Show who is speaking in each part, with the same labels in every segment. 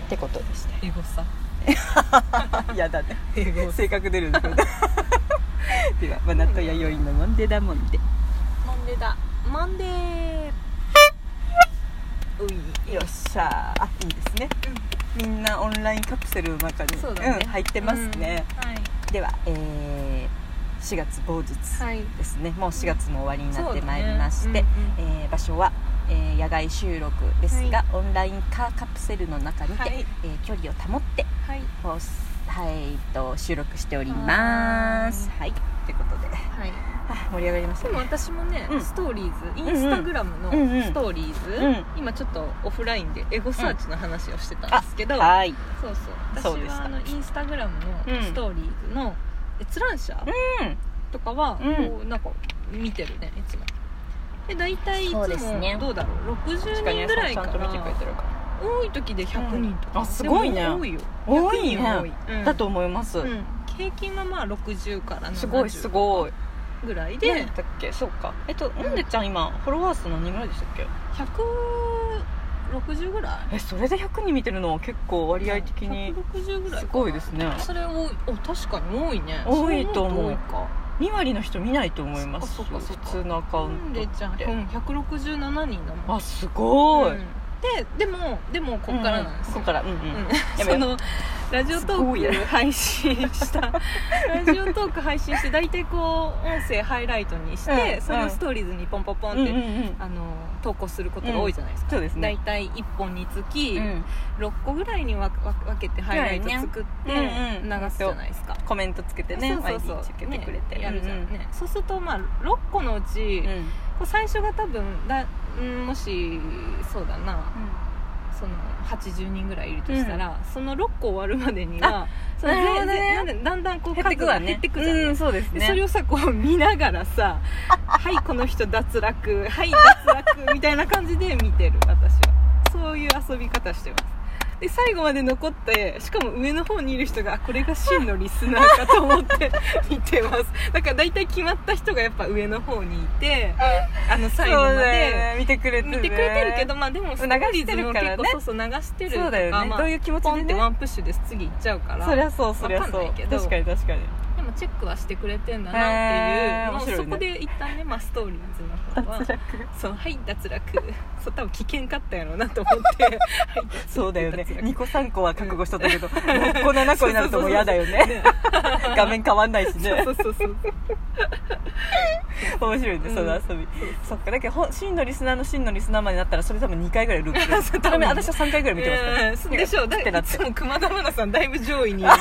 Speaker 1: ってことですね
Speaker 2: エゴさ
Speaker 1: やだ ね
Speaker 2: エゴ
Speaker 1: 性格出るんだけ どでは「真夏と弥生のモンデダモンデ」
Speaker 2: マンデーだマンデーうい
Speaker 1: よっしゃあいいですね、みんなオンラインカプセルの中に
Speaker 2: そうだね
Speaker 1: ん、入ってますね、
Speaker 2: うんはい
Speaker 1: では、えー4月某日
Speaker 2: はい
Speaker 1: ですね、もう4月も終わりにな
Speaker 2: そ
Speaker 1: っ
Speaker 2: う
Speaker 1: て
Speaker 2: だね
Speaker 1: まいりまして、
Speaker 2: うん
Speaker 1: えー場所は、えー野外収録ですが、オンラインカカプセルの中にて、
Speaker 2: はい
Speaker 1: えー距離を保って
Speaker 2: はい
Speaker 1: 放送はいと収録しておりますはいということで
Speaker 2: はい
Speaker 1: あ盛り上がりまし
Speaker 2: で
Speaker 1: た
Speaker 2: も
Speaker 1: ね
Speaker 2: 私もね、
Speaker 1: うん
Speaker 2: ストーリーズイ
Speaker 1: ん
Speaker 2: ンスタグラムの
Speaker 1: うんうん
Speaker 2: ストーリーズ、
Speaker 1: うん
Speaker 2: 今ちょっとオフラインでエゴサーチの話をしてたんですけど、
Speaker 1: はい
Speaker 2: そう
Speaker 1: そ
Speaker 2: そう
Speaker 1: う
Speaker 2: 私
Speaker 1: でし
Speaker 2: は
Speaker 1: た
Speaker 2: あのインスタグラム
Speaker 1: う
Speaker 2: の
Speaker 1: ん
Speaker 2: ストーリーズの閲覧者
Speaker 1: うん
Speaker 2: とかは
Speaker 1: うん
Speaker 2: こうなんか見てるねいつもで大体いつも
Speaker 1: そうですね
Speaker 2: どうだろう
Speaker 1: 確か
Speaker 2: 60
Speaker 1: に
Speaker 2: 人
Speaker 1: ね
Speaker 2: ぐらい
Speaker 1: ちゃ
Speaker 2: か
Speaker 1: んと見てくれ
Speaker 2: ら
Speaker 1: てるから
Speaker 2: 多い時で100人と
Speaker 1: う
Speaker 2: か、
Speaker 1: んあすごいね
Speaker 2: でも多いよ
Speaker 1: 多いね
Speaker 2: 100人は多いうん
Speaker 1: だと思います、
Speaker 2: うん平均はまあ60から
Speaker 1: すごいす
Speaker 2: 70
Speaker 1: ごい
Speaker 2: ぐらい
Speaker 1: で
Speaker 2: で
Speaker 1: だっけそうかえっともんでちゃん今フォロワー数何人ぐらいでしたっけ
Speaker 2: 160ぐらい
Speaker 1: えそれで100人見てるのは結構割合的に
Speaker 2: 160ぐらい
Speaker 1: すごいですね
Speaker 2: それ多いお確かに多いね
Speaker 1: 多いと思う
Speaker 2: それも多いか
Speaker 1: 2割の人見ないと思います
Speaker 2: そっかそっか
Speaker 1: 普通のアカウン
Speaker 2: レ
Speaker 1: ト
Speaker 2: イちゃん、うん、167人だもん
Speaker 1: あすごい、
Speaker 2: うんででもでもこっからなんです
Speaker 1: こ
Speaker 2: よ、
Speaker 1: っからうんうん、
Speaker 2: うん、
Speaker 1: やめよ
Speaker 2: そうのラジオ
Speaker 1: す
Speaker 2: ト
Speaker 1: ごい
Speaker 2: ー
Speaker 1: ね
Speaker 2: ク配信 したラジオトーク配信して大体こう音声ハイライトにして、
Speaker 1: うん
Speaker 2: それをストーリーズにポンポンポンって、
Speaker 1: うんうんうん
Speaker 2: あの投稿することが多いじゃないですか、
Speaker 1: そうです
Speaker 2: 大
Speaker 1: ね、
Speaker 2: 体1本につき、
Speaker 1: うん、
Speaker 2: 6個ぐらいにわわ分けてハイライト作って
Speaker 1: そうやね
Speaker 2: 流
Speaker 1: うんうん
Speaker 2: すじゃないですか、
Speaker 1: コメントつけてね
Speaker 2: そうそうそう
Speaker 1: 毎日つけてくれて、
Speaker 2: ねやるじゃんね、そうするとまあ6個のうち、
Speaker 1: うん
Speaker 2: こう最初が多分だうんもしそうだなその80人ぐらいいるとしたら、その6個終わるまでにはその
Speaker 1: なるほどね
Speaker 2: ぜぜなんでだんだんこう
Speaker 1: 減って
Speaker 2: 数
Speaker 1: く
Speaker 2: が
Speaker 1: わね
Speaker 2: 減ってくじゃん、
Speaker 1: うんそうです
Speaker 2: で
Speaker 1: ね
Speaker 2: それをさこう見ながらさ 「はいこの人脱落はい脱落」みたいな感じで見てる私はそういう遊び方してますで最後まで残ってしかも上の方にいる人があこれが真のリスナーかと思って 見てますだから大体決まった人がやっぱ上の方にいてあ
Speaker 1: そ
Speaker 2: の
Speaker 1: う
Speaker 2: 最後ま
Speaker 1: だよ
Speaker 2: で
Speaker 1: ね見てくれて
Speaker 2: 見てくれてるけどまあでも
Speaker 1: 流してるからね
Speaker 2: ストーリーズも結構そうそう流してるとか
Speaker 1: そうだよね、
Speaker 2: まあ
Speaker 1: どういう気持ち
Speaker 2: ポ
Speaker 1: で
Speaker 2: ンっ
Speaker 1: ね
Speaker 2: てワンプッシュで次行っちゃうから
Speaker 1: そりゃそうそりゃ
Speaker 2: わ
Speaker 1: そ
Speaker 2: かんな
Speaker 1: う
Speaker 2: いけど
Speaker 1: 確かに確かに
Speaker 2: でもチェックはしてくれてんだなっていう、
Speaker 1: へー
Speaker 2: もうそこ
Speaker 1: 面白い
Speaker 2: で一旦ね、まあ、ストーリーズの方は
Speaker 1: 脱落
Speaker 2: そうはい脱落 そう多分危険かったやろうなと思 ってはい
Speaker 1: そうだよね
Speaker 2: 脱落
Speaker 1: 2個3個は覚悟しとったけ ど6個7個になるともう嫌だよね画面変わんないしね
Speaker 2: そうそうそうそう
Speaker 1: 面白いね
Speaker 2: うん
Speaker 1: その遊び、そっかだけどほん真のリスナーの真のリスナーまでなったらそれ多分2回ぐらいループす
Speaker 2: そう
Speaker 1: る多
Speaker 2: 多分
Speaker 1: 分私は3回ぐらい見てますから、
Speaker 2: うんそうでしょうだ
Speaker 1: ってな
Speaker 2: っ
Speaker 1: ってて
Speaker 2: いつも熊田真菜さんだいぶ 上位にいる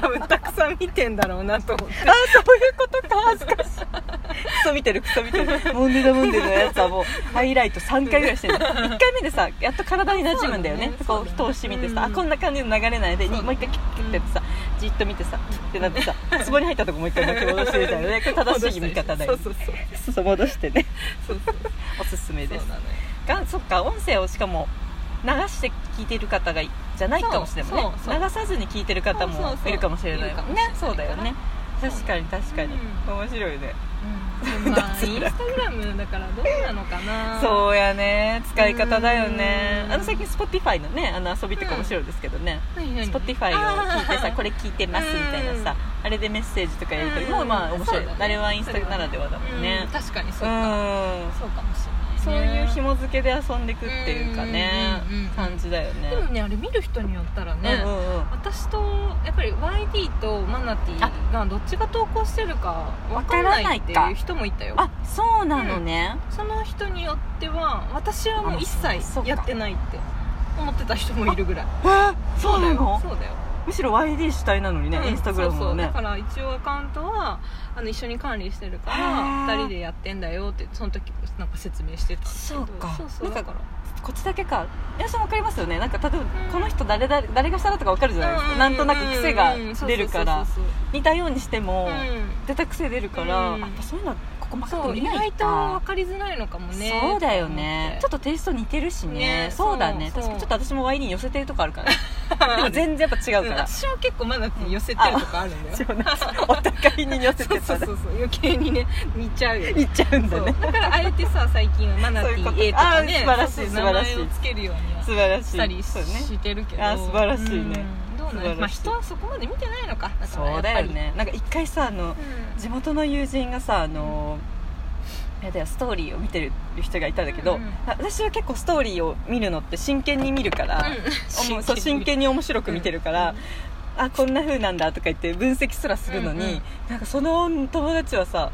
Speaker 2: 多分たくさん見てんだろうなと思って
Speaker 1: あそういうことか恥ずかしいクソ見てるクソ見てるモンデダモンデのやつはもうハイライト3回ぐらいしてる1回目でさやっと体に馴染むんだよね
Speaker 2: あそ
Speaker 1: こ
Speaker 2: うだね
Speaker 1: う人をし見て
Speaker 2: うん
Speaker 1: さ、あこんな感じの流れないでに
Speaker 2: そう
Speaker 1: もう一回キュッキュッてやってさじっと見てさキュッてなってさ壺に入ったとこもう一回巻き戻してみたいなねこれ正しい見方だよね
Speaker 2: そうそうそう
Speaker 1: そうそう戻してね
Speaker 2: そうそう
Speaker 1: おすすめです
Speaker 2: そうなのよ
Speaker 1: がそっか音声をしかも流して聞いてる方がいじゃないかもしれないもんね
Speaker 2: そうそうそう
Speaker 1: 流さずに聞いてる方
Speaker 2: そうそ
Speaker 1: も
Speaker 2: うそう
Speaker 1: いるかもしれないもんね
Speaker 2: いるかもしれないから
Speaker 1: そうだよね確かに確かに、
Speaker 2: うん
Speaker 1: 面白いね
Speaker 2: うんで もまあインスタグラムだからどうなのかな
Speaker 1: そうやね使い方だよね
Speaker 2: うん
Speaker 1: あの最近 Spotify のねあの遊びとか面白いですけどね、
Speaker 2: 何何
Speaker 1: Spotify を聞いて
Speaker 2: あ
Speaker 1: さ
Speaker 2: ー
Speaker 1: これ聞いてますみたいなさあれでメッセージとかやり取りも
Speaker 2: うん
Speaker 1: まあ面
Speaker 2: そ
Speaker 1: 白
Speaker 2: う
Speaker 1: い、
Speaker 2: だね
Speaker 1: あれはインスタならではだもんね
Speaker 2: うん確かにそう
Speaker 1: う
Speaker 2: か、
Speaker 1: ん
Speaker 2: そうかもし
Speaker 1: そう
Speaker 2: れない、
Speaker 1: い
Speaker 2: ね、
Speaker 1: う紐付けで遊んでくっていうかね
Speaker 2: うんうんうんうん
Speaker 1: 感じだよね
Speaker 2: でもねあれ見る人によったらね、
Speaker 1: うんうんうん
Speaker 2: 私とやっぱり YD とマナティーがどっちが投稿してるかわからないっていう人もいたよ
Speaker 1: あそうなのね、
Speaker 2: その人によっては私はもう一
Speaker 1: あそう
Speaker 2: 切
Speaker 1: か
Speaker 2: やってないって思ってた人もいるぐらい
Speaker 1: えーそうなの
Speaker 2: そうだよ
Speaker 1: むしろ YD 主体なのにね、
Speaker 2: うん
Speaker 1: インスタグラム
Speaker 2: そ
Speaker 1: も
Speaker 2: うそうだ
Speaker 1: ね
Speaker 2: から一応アカウントはあの一緒に管理してるか
Speaker 1: へ
Speaker 2: ら
Speaker 1: ー
Speaker 2: 二人でやってんだよってその時なんか説明してたんだけど
Speaker 1: そうか
Speaker 2: そうそう
Speaker 1: な
Speaker 2: だ
Speaker 1: んか
Speaker 2: から
Speaker 1: こっちだけか皆さん分かりますよねなんか例えば
Speaker 2: うん
Speaker 1: この人誰誰誰がしただとか分かるじゃないですか、なんとなく癖が出るから
Speaker 2: そうそうそうそう
Speaker 1: 似たようにしても、
Speaker 2: うん
Speaker 1: 出た癖出るから、
Speaker 2: うん
Speaker 1: やっぱそういうのはこ細か
Speaker 2: そ
Speaker 1: く
Speaker 2: う
Speaker 1: 見
Speaker 2: 意
Speaker 1: ない
Speaker 2: 外と
Speaker 1: か
Speaker 2: 分かりづらいのかもね
Speaker 1: そうだよねちょ
Speaker 2: と
Speaker 1: っとテイスト似てるしね
Speaker 2: ね
Speaker 1: そうだね
Speaker 2: そ
Speaker 1: 確
Speaker 2: うそう
Speaker 1: かにちょっと私もワインに寄せてるとこある から
Speaker 2: 思
Speaker 1: で
Speaker 2: って
Speaker 1: も全然やっぱ違う
Speaker 2: うん
Speaker 1: か ら
Speaker 2: 私は結構マナティー寄せてるとかあるんだよ、
Speaker 1: 違うなお互いに寄せ
Speaker 2: そう
Speaker 1: て
Speaker 2: そ
Speaker 1: た
Speaker 2: う
Speaker 1: ら
Speaker 2: そうそう余計に ね似ちゃうよね
Speaker 1: いっちゃうん
Speaker 2: そ
Speaker 1: だ
Speaker 2: う
Speaker 1: ね
Speaker 2: だからあえてさ最近はマナティ
Speaker 1: そう
Speaker 2: ー
Speaker 1: い
Speaker 2: A
Speaker 1: う
Speaker 2: と
Speaker 1: こと
Speaker 2: かね
Speaker 1: あー素晴らしい
Speaker 2: そうそう
Speaker 1: 素晴らしい
Speaker 2: 名前をつけるようには
Speaker 1: 素晴らしい
Speaker 2: したり
Speaker 1: そうね
Speaker 2: してるけど
Speaker 1: あー素晴らしいね
Speaker 2: うんどうな
Speaker 1: 素晴らし
Speaker 2: の
Speaker 1: い
Speaker 2: まあ人はそこまで見てないのかだから
Speaker 1: そ
Speaker 2: や
Speaker 1: う
Speaker 2: っぱ
Speaker 1: だ
Speaker 2: り
Speaker 1: よねなんか一回さあの
Speaker 2: うん
Speaker 1: 地元の友人がさあのーやだよストーリーを見てる人がいたんだけど、
Speaker 2: うんうん
Speaker 1: 私は結構ストーリーを見るのって真剣に見るから、おもそう真剣に面白く見てるから、あこんな風なんだとか言って分析すらするのに、
Speaker 2: うんうん
Speaker 1: なんかその友達はさ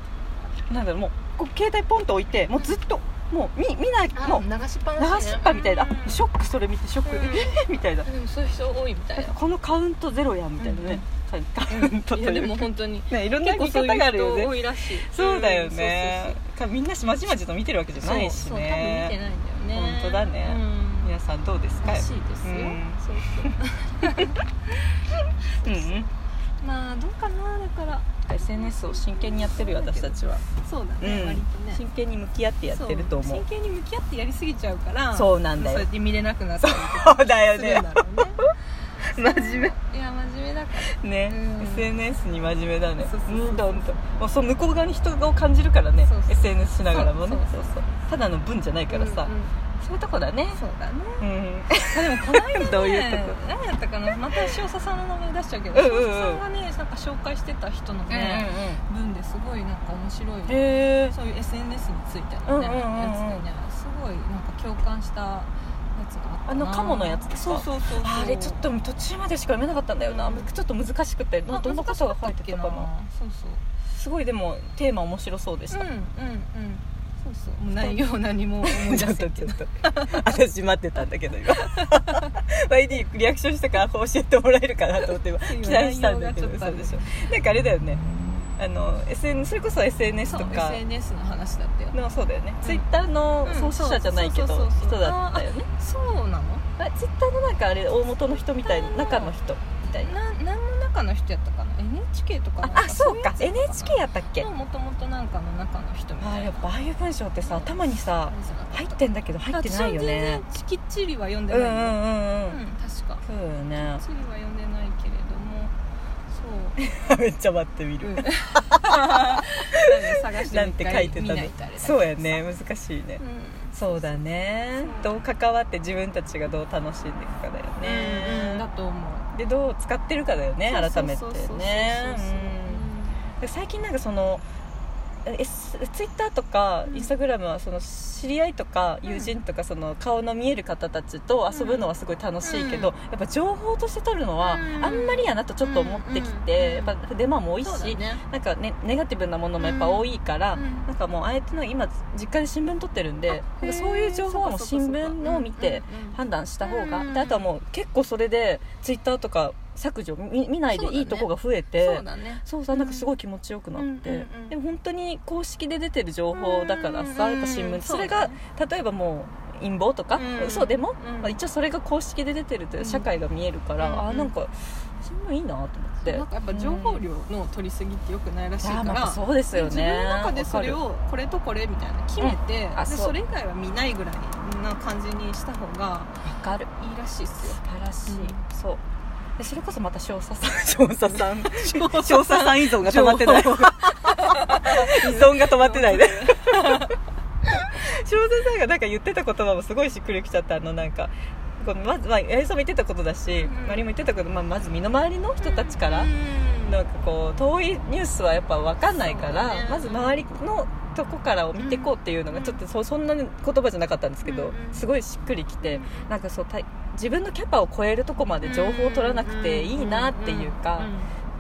Speaker 1: なんだろうもうこう携帯ポンと置いてもうずっともう見見ない
Speaker 2: あ
Speaker 1: もう
Speaker 2: 流しっぱ
Speaker 1: 流
Speaker 2: なしね
Speaker 1: しっぱみたいな、
Speaker 2: うん
Speaker 1: あショックそれ見てショック、
Speaker 2: うん
Speaker 1: みたいな
Speaker 2: でもそういう人多いみたいな
Speaker 1: このカウントゼロやんみたいなね、カウントとい
Speaker 2: い
Speaker 1: う
Speaker 2: や
Speaker 1: か
Speaker 2: でも本当に
Speaker 1: ねいろんな
Speaker 2: 結構
Speaker 1: 見
Speaker 2: そう
Speaker 1: 方があ
Speaker 2: いう
Speaker 1: るよね
Speaker 2: 人多いらしい
Speaker 1: そうだよね
Speaker 2: う
Speaker 1: か
Speaker 2: ん、
Speaker 1: みんなしまじまじと見てるわけじゃ
Speaker 2: そうそうそ
Speaker 1: な
Speaker 2: う
Speaker 1: いし
Speaker 2: そう多分見て
Speaker 1: ね
Speaker 2: ないんだよね
Speaker 1: 本当だね
Speaker 2: うん
Speaker 1: 皆さんどうですから
Speaker 2: しいですよ、
Speaker 1: うん
Speaker 2: そうそう
Speaker 1: うんうん
Speaker 2: まあどうかなだから
Speaker 1: SNS を真剣にやってるよ私たちは、
Speaker 2: そうだ
Speaker 1: う
Speaker 2: ね、
Speaker 1: ん
Speaker 2: 割とね
Speaker 1: 真剣に向き合ってやってると思
Speaker 2: そう真剣に向き合ってやりすぎちゃうから
Speaker 1: そうなんだよ
Speaker 2: そうやって見れなくなったりとか
Speaker 1: そうだよ
Speaker 2: するんだろうね
Speaker 1: 真面
Speaker 2: いや真面目だから
Speaker 1: 目ね、
Speaker 2: うん
Speaker 1: SNS に真面目だね
Speaker 2: そうそうそう
Speaker 1: うんどんともうその向こう側に人を感じるからね
Speaker 2: そうそう
Speaker 1: SNS しながらもね
Speaker 2: そうそうそう
Speaker 1: ただの文じゃないからさ、
Speaker 2: うんうん
Speaker 1: そういうとこだね
Speaker 2: そうだね
Speaker 1: うん
Speaker 2: まあでもこの間ね
Speaker 1: どういうとこ
Speaker 2: 何やったかなまた塩佐さんの名前出しちゃうけど
Speaker 1: うんうんうん
Speaker 2: 塩佐さんがねなんか紹介してた人のね、文ですごいなんか面白い
Speaker 1: へえ
Speaker 2: そういう SNS についてのね、
Speaker 1: うんうんうんうん
Speaker 2: やつでねすごいなんか共感したやつがあったな
Speaker 1: あのカモのやつです
Speaker 2: そ
Speaker 1: か
Speaker 2: うそうそうそう
Speaker 1: あれちょっと途中までしか読めなかったんだよな、
Speaker 2: うん
Speaker 1: ちょっと難しくてど
Speaker 2: あ
Speaker 1: どんなことが書いてたか
Speaker 2: 難し
Speaker 1: な
Speaker 2: かったっけそうそう
Speaker 1: すごいでもテーマ面白そうでし
Speaker 2: うん
Speaker 1: た、
Speaker 2: うんうんそうそうもう内容何も思 い
Speaker 1: ち
Speaker 2: 出
Speaker 1: ょっと
Speaker 2: せん
Speaker 1: ち
Speaker 2: け
Speaker 1: ょ
Speaker 2: ど
Speaker 1: っと私待ってたんだけど今 YD リアクションしたから教えてもらえるかなと思って 今期待したんだけど
Speaker 2: 内容がちょっとあ
Speaker 1: そう
Speaker 2: る
Speaker 1: でしょなんかあれだよねあの SN それこそ SNS
Speaker 2: そう
Speaker 1: とか
Speaker 2: SNS の話だったよ
Speaker 1: のそうだよね、
Speaker 2: ん
Speaker 1: Twitter の創始者じゃないけど
Speaker 2: うんそうそうそうそう
Speaker 1: 人だったよね
Speaker 2: そうなの
Speaker 1: あ Twitter のなんかあれ大元の人みたいな中の人みたいな
Speaker 2: な何の中の人やったかな NHK とかなん
Speaker 1: あ
Speaker 2: か
Speaker 1: あそうか
Speaker 2: いやつ
Speaker 1: NHK やったっけ
Speaker 2: のもともとなんかの中の人み
Speaker 1: あ
Speaker 2: た
Speaker 1: ーや
Speaker 2: いな
Speaker 1: っぱああいう文章ってさ頭にさ入ってんだけど入ってないよね
Speaker 2: 私は全然きっちりは読ん
Speaker 1: う
Speaker 2: で
Speaker 1: んうんう
Speaker 2: ないよ、
Speaker 1: んう
Speaker 2: うんん確か
Speaker 1: そうよね
Speaker 2: 次は読んでないけれどもそう
Speaker 1: めっちゃ待ってみる
Speaker 2: うんなんで探して
Speaker 1: な
Speaker 2: も
Speaker 1: ん
Speaker 2: 一
Speaker 1: て書
Speaker 2: 回
Speaker 1: いて
Speaker 2: 見
Speaker 1: た
Speaker 2: な
Speaker 1: の
Speaker 2: いとあれだけど
Speaker 1: そうやね難しいね
Speaker 2: うん
Speaker 1: そうだね
Speaker 2: そう
Speaker 1: どう関わって自分たちがどう楽しんでいくかだよ
Speaker 2: うんうんだ
Speaker 1: ね
Speaker 2: と思う
Speaker 1: でどう使ってるかだよね改めて
Speaker 2: そうそうそうそう
Speaker 1: ね
Speaker 2: そう
Speaker 1: うんで最近なんかそのツイッターとか
Speaker 2: うん
Speaker 1: インスタグラムはその知り合いとか
Speaker 2: うん
Speaker 1: 友人とかその顔の見える方たちと遊ぶのはすごい楽しいけど、
Speaker 2: うん
Speaker 1: やっぱ情報として取るのは
Speaker 2: うん
Speaker 1: あんまりやなとちょっと思ってき
Speaker 2: うん
Speaker 1: て、やっぱデマも多
Speaker 2: うん
Speaker 1: いし
Speaker 2: そうだね
Speaker 1: なんかね、ネガティブなものもやっぱ多いから、
Speaker 2: うん
Speaker 1: なんかもうあえてなんか今実家で新聞撮ってるん
Speaker 2: あ
Speaker 1: でなんかそういう情報はもう新聞を見て判断した方が、
Speaker 2: うん
Speaker 1: であとはもう結構それでツイッターとか削除見見ないで
Speaker 2: そうだ
Speaker 1: い
Speaker 2: ね
Speaker 1: いとこが増えて
Speaker 2: そうだね
Speaker 1: そうさなんかすごい気持ちよくなって、
Speaker 2: うんうんうんうん
Speaker 1: でも本当に公式で出てる情報だからさ、
Speaker 2: うんうんうん
Speaker 1: やっぱ新聞そ
Speaker 2: そうだ
Speaker 1: れ
Speaker 2: ね
Speaker 1: が、例えばもう陰謀とか、
Speaker 2: うん
Speaker 1: 嘘でも、
Speaker 2: うん
Speaker 1: まあ一応それが公式で出てると社会が見えるから、
Speaker 2: うんうん
Speaker 1: あーなんか新聞いいなと思って
Speaker 2: なんかやっぱ情報量の取りすぎってよくないらしい
Speaker 1: い
Speaker 2: か
Speaker 1: や
Speaker 2: ら、
Speaker 1: まあそうですよね
Speaker 2: 自分の中でそれをこれとこれみたいな決めて、
Speaker 1: んあ
Speaker 2: で
Speaker 1: そう
Speaker 2: それ以外は見ないぐらいな感じにした方が
Speaker 1: わかる
Speaker 2: いいらしいっ す
Speaker 1: 素
Speaker 2: よ
Speaker 1: 晴らしい、
Speaker 2: う
Speaker 1: そうでそれこそまた少佐さん少佐 さん
Speaker 2: 少佐さん
Speaker 1: 少佐さん依存が溜まってない依存が止まってない ね少佐さんがなんか言ってた言葉もすごいしっくりきちゃったあのなんかこのまずまあ八重さんも言ってたことだし、
Speaker 2: うん
Speaker 1: マリも言ってたこと、まあ、まず身の回りの人たちから、
Speaker 2: うん
Speaker 1: なんかこう遠いニュースはやっぱ分かんないか
Speaker 2: そう
Speaker 1: ら、
Speaker 2: だね
Speaker 1: まず周りのとこからを見ていこうっていうのが
Speaker 2: うん
Speaker 1: ちょっとそそんな言葉じゃなかったんですけど、
Speaker 2: うんうん
Speaker 1: すごいしっくりきて、
Speaker 2: うん
Speaker 1: なんかそうた自分のキャパを超えるとこまで情報を取らなくていいなっていうか、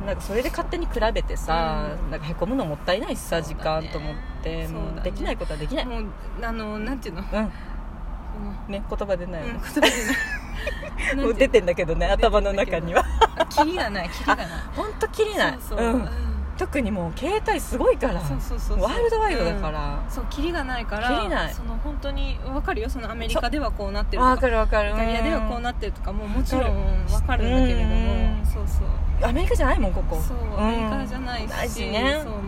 Speaker 2: ん
Speaker 1: なんかそれで勝手に比べてさ、なんかへこむのもったいないしさ、
Speaker 2: そ
Speaker 1: 時
Speaker 2: うだ
Speaker 1: 間
Speaker 2: ね
Speaker 1: と思って、
Speaker 2: そうだ
Speaker 1: も
Speaker 2: ね
Speaker 1: うできないことはできない、
Speaker 2: もうあのなんていうのこ
Speaker 1: うん
Speaker 2: の
Speaker 1: ね言葉出ないよ
Speaker 2: うん
Speaker 1: ね
Speaker 2: 言、葉でない
Speaker 1: もう出てんだけどね頭の中には
Speaker 2: キリがないキリがない
Speaker 1: 本当きりない
Speaker 2: そうそう、
Speaker 1: ん、特にもう携帯すごいから
Speaker 2: そうそうそうそう
Speaker 1: ワールドワイドだか
Speaker 2: うん
Speaker 1: ら、
Speaker 2: そうキリがないから
Speaker 1: キリない
Speaker 2: その本当にわかるよそのアメリカではこうなってると
Speaker 1: あ分
Speaker 2: か
Speaker 1: かる分かる
Speaker 2: イタリアではこうなってるとかももちろんわかるんだけれど
Speaker 1: うん
Speaker 2: もそうそう
Speaker 1: アメリカじゃないもんここ
Speaker 2: そうアメリカじゃないし
Speaker 1: ないしね
Speaker 2: そううん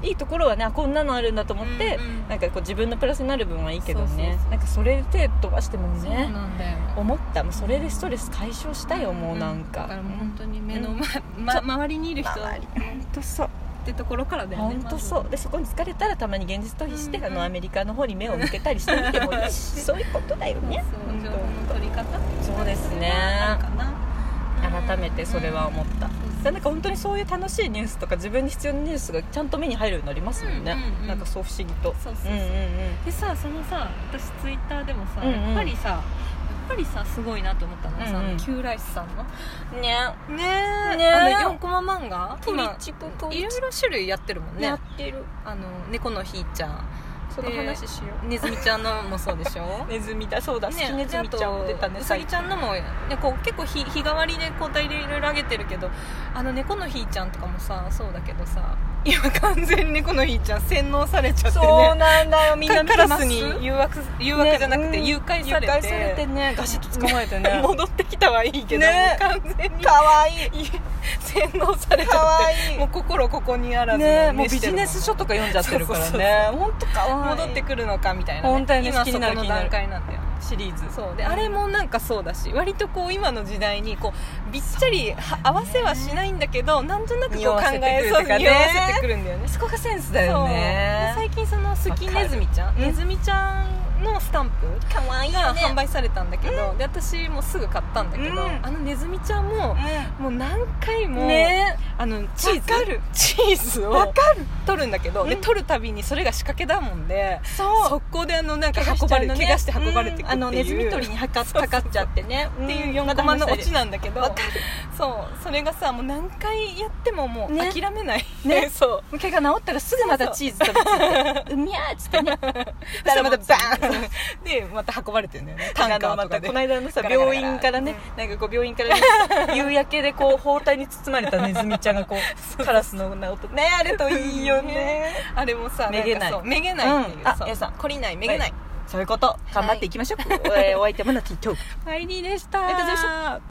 Speaker 1: いいところはねあこんなのあるんだと思って、
Speaker 2: うんうん
Speaker 1: なんかこう自分のプラスになる分はいいけどね
Speaker 2: そうそうそう
Speaker 1: なんかそれで手飛ばしても
Speaker 2: そう
Speaker 1: ね
Speaker 2: なんだよ
Speaker 1: 思ったもうそれでストレス解消したよもうなんか,、
Speaker 2: だからもう本当に目の、まま、周りにいる人っ
Speaker 1: 当そう
Speaker 2: てところからだよね
Speaker 1: 本当そうでそこに疲れたらたまに現実逃避して、
Speaker 2: うんうん
Speaker 1: あのアメリカの方に目を向けたりしてみてもいいしそういうことだよね
Speaker 2: そう
Speaker 1: 本
Speaker 2: 情報の取り方
Speaker 1: そうですね
Speaker 2: あるかな
Speaker 1: 当改めてそれは思った、
Speaker 2: うん
Speaker 1: なんか本当にそういう楽しいニュースとか自分に必要なニュースがちゃんと目に入るようになりますもんね、
Speaker 2: うんうんうん
Speaker 1: なんかそう不思議と
Speaker 2: そうそうそう
Speaker 1: うんうんうん
Speaker 2: でさそのさ私ツイッターでもさ、
Speaker 1: うんうん
Speaker 2: やっぱりさやっぱりさすごいなと思ったのがさ、
Speaker 1: うんうん
Speaker 2: キューライスさんの
Speaker 1: ね
Speaker 2: ね
Speaker 1: え
Speaker 2: あの4コマ漫画
Speaker 1: トリ
Speaker 2: 今
Speaker 1: チクト
Speaker 2: い
Speaker 1: リ
Speaker 2: ろ
Speaker 1: チ
Speaker 2: いろ種類やってるもん
Speaker 1: ク
Speaker 2: ね
Speaker 1: やってる
Speaker 2: あの猫のひーちゃん
Speaker 1: その話しよ
Speaker 2: ネズミちゃんのもそうでし ょ
Speaker 1: うネズミだそうだ、好きネズミちゃんも出たね
Speaker 2: うさぎちゃんのも、ね、こう結構日日替わりで交代でいろいろあげてるけどあの猫のひーちゃんとかもさそうだけどさ今完全に猫のひーちゃん洗脳されちゃって
Speaker 1: そう
Speaker 2: ね
Speaker 1: なんだよみんな
Speaker 2: カ
Speaker 1: 見て
Speaker 2: ラ
Speaker 1: ます
Speaker 2: スに誘惑誘惑じゃなくて
Speaker 1: ね
Speaker 2: 誘拐されて,、
Speaker 1: 誘拐されてねガシッと捕まえて ね
Speaker 2: 戻ってきたはいいけど、
Speaker 1: ね
Speaker 2: もう完全に
Speaker 1: かわいい
Speaker 2: 洗脳されち
Speaker 1: か
Speaker 2: ゃ
Speaker 1: わ
Speaker 2: っ
Speaker 1: い
Speaker 2: て
Speaker 1: い
Speaker 2: もう心ここにあらず
Speaker 1: ねもう
Speaker 2: 目
Speaker 1: ビ
Speaker 2: して
Speaker 1: ジ
Speaker 2: るもん
Speaker 1: ネス書とか読んじゃってるからね本当かわいい
Speaker 2: 戻ってくるのかみたいな、
Speaker 1: 本当やね
Speaker 2: 今
Speaker 1: 気
Speaker 2: そ
Speaker 1: にな
Speaker 2: こ
Speaker 1: る
Speaker 2: の
Speaker 1: 気になる
Speaker 2: 段階なんだよ
Speaker 1: シリーズ
Speaker 2: そうであれもなんかそうだし割とこう今の時代にこうびっちゃりは合わせはしないんだけどなんとなくこう
Speaker 1: 匂
Speaker 2: 考
Speaker 1: わせてくる
Speaker 2: え
Speaker 1: と
Speaker 2: そ
Speaker 1: かね
Speaker 2: うに合わせてくるんだよね
Speaker 1: そこがセンスだよ
Speaker 2: そう
Speaker 1: ね
Speaker 2: で最近その好きネズミちゃん
Speaker 1: かる
Speaker 2: ネズミちゃんのスタンプ
Speaker 1: かわい
Speaker 2: が販売されたんだけど、で私もすぐ買ったんだけど、
Speaker 1: うん
Speaker 2: あのネズミちゃんももう何回も、
Speaker 1: ね
Speaker 2: あのチーズ
Speaker 1: わかる
Speaker 2: チーズを
Speaker 1: わか
Speaker 2: 取るんだけど、で
Speaker 1: うん
Speaker 2: 取るたびにそれが仕掛けだもんで
Speaker 1: そう
Speaker 2: 速攻であのなんか運ばれ怪我,、して運ばれてくっていう、
Speaker 1: あのネズミ取りにかかっちゃってね
Speaker 2: っていう4コマのオチなんだけど、
Speaker 1: わかる
Speaker 2: そうそれがさもう何回やってももう
Speaker 1: ね
Speaker 2: 諦めない、
Speaker 1: ね
Speaker 2: そう
Speaker 1: 毛が治ったらすぐまたチーズ食 べててうみゃーっつって ね
Speaker 2: そしたらまたバーン でまた運ばれてるんだよねタンカ
Speaker 1: あの
Speaker 2: ーと
Speaker 1: ま
Speaker 2: か
Speaker 1: た
Speaker 2: で
Speaker 1: この間のさ
Speaker 2: ガラガラガラ
Speaker 1: 病院からねなんかこう病院からね 夕焼けでこう包帯に包まれたネズミちゃんがこ うカラスの音ねあれといいよね
Speaker 2: あれもさ
Speaker 1: めげない
Speaker 2: んかそうめげないっていう、
Speaker 1: うんあ
Speaker 2: そう
Speaker 1: 皆さん
Speaker 2: 懲りないめげない、
Speaker 1: そういうこと頑張っていきましょう、えーお相手もなき今日
Speaker 2: ファイリーでした
Speaker 1: ありがとうございま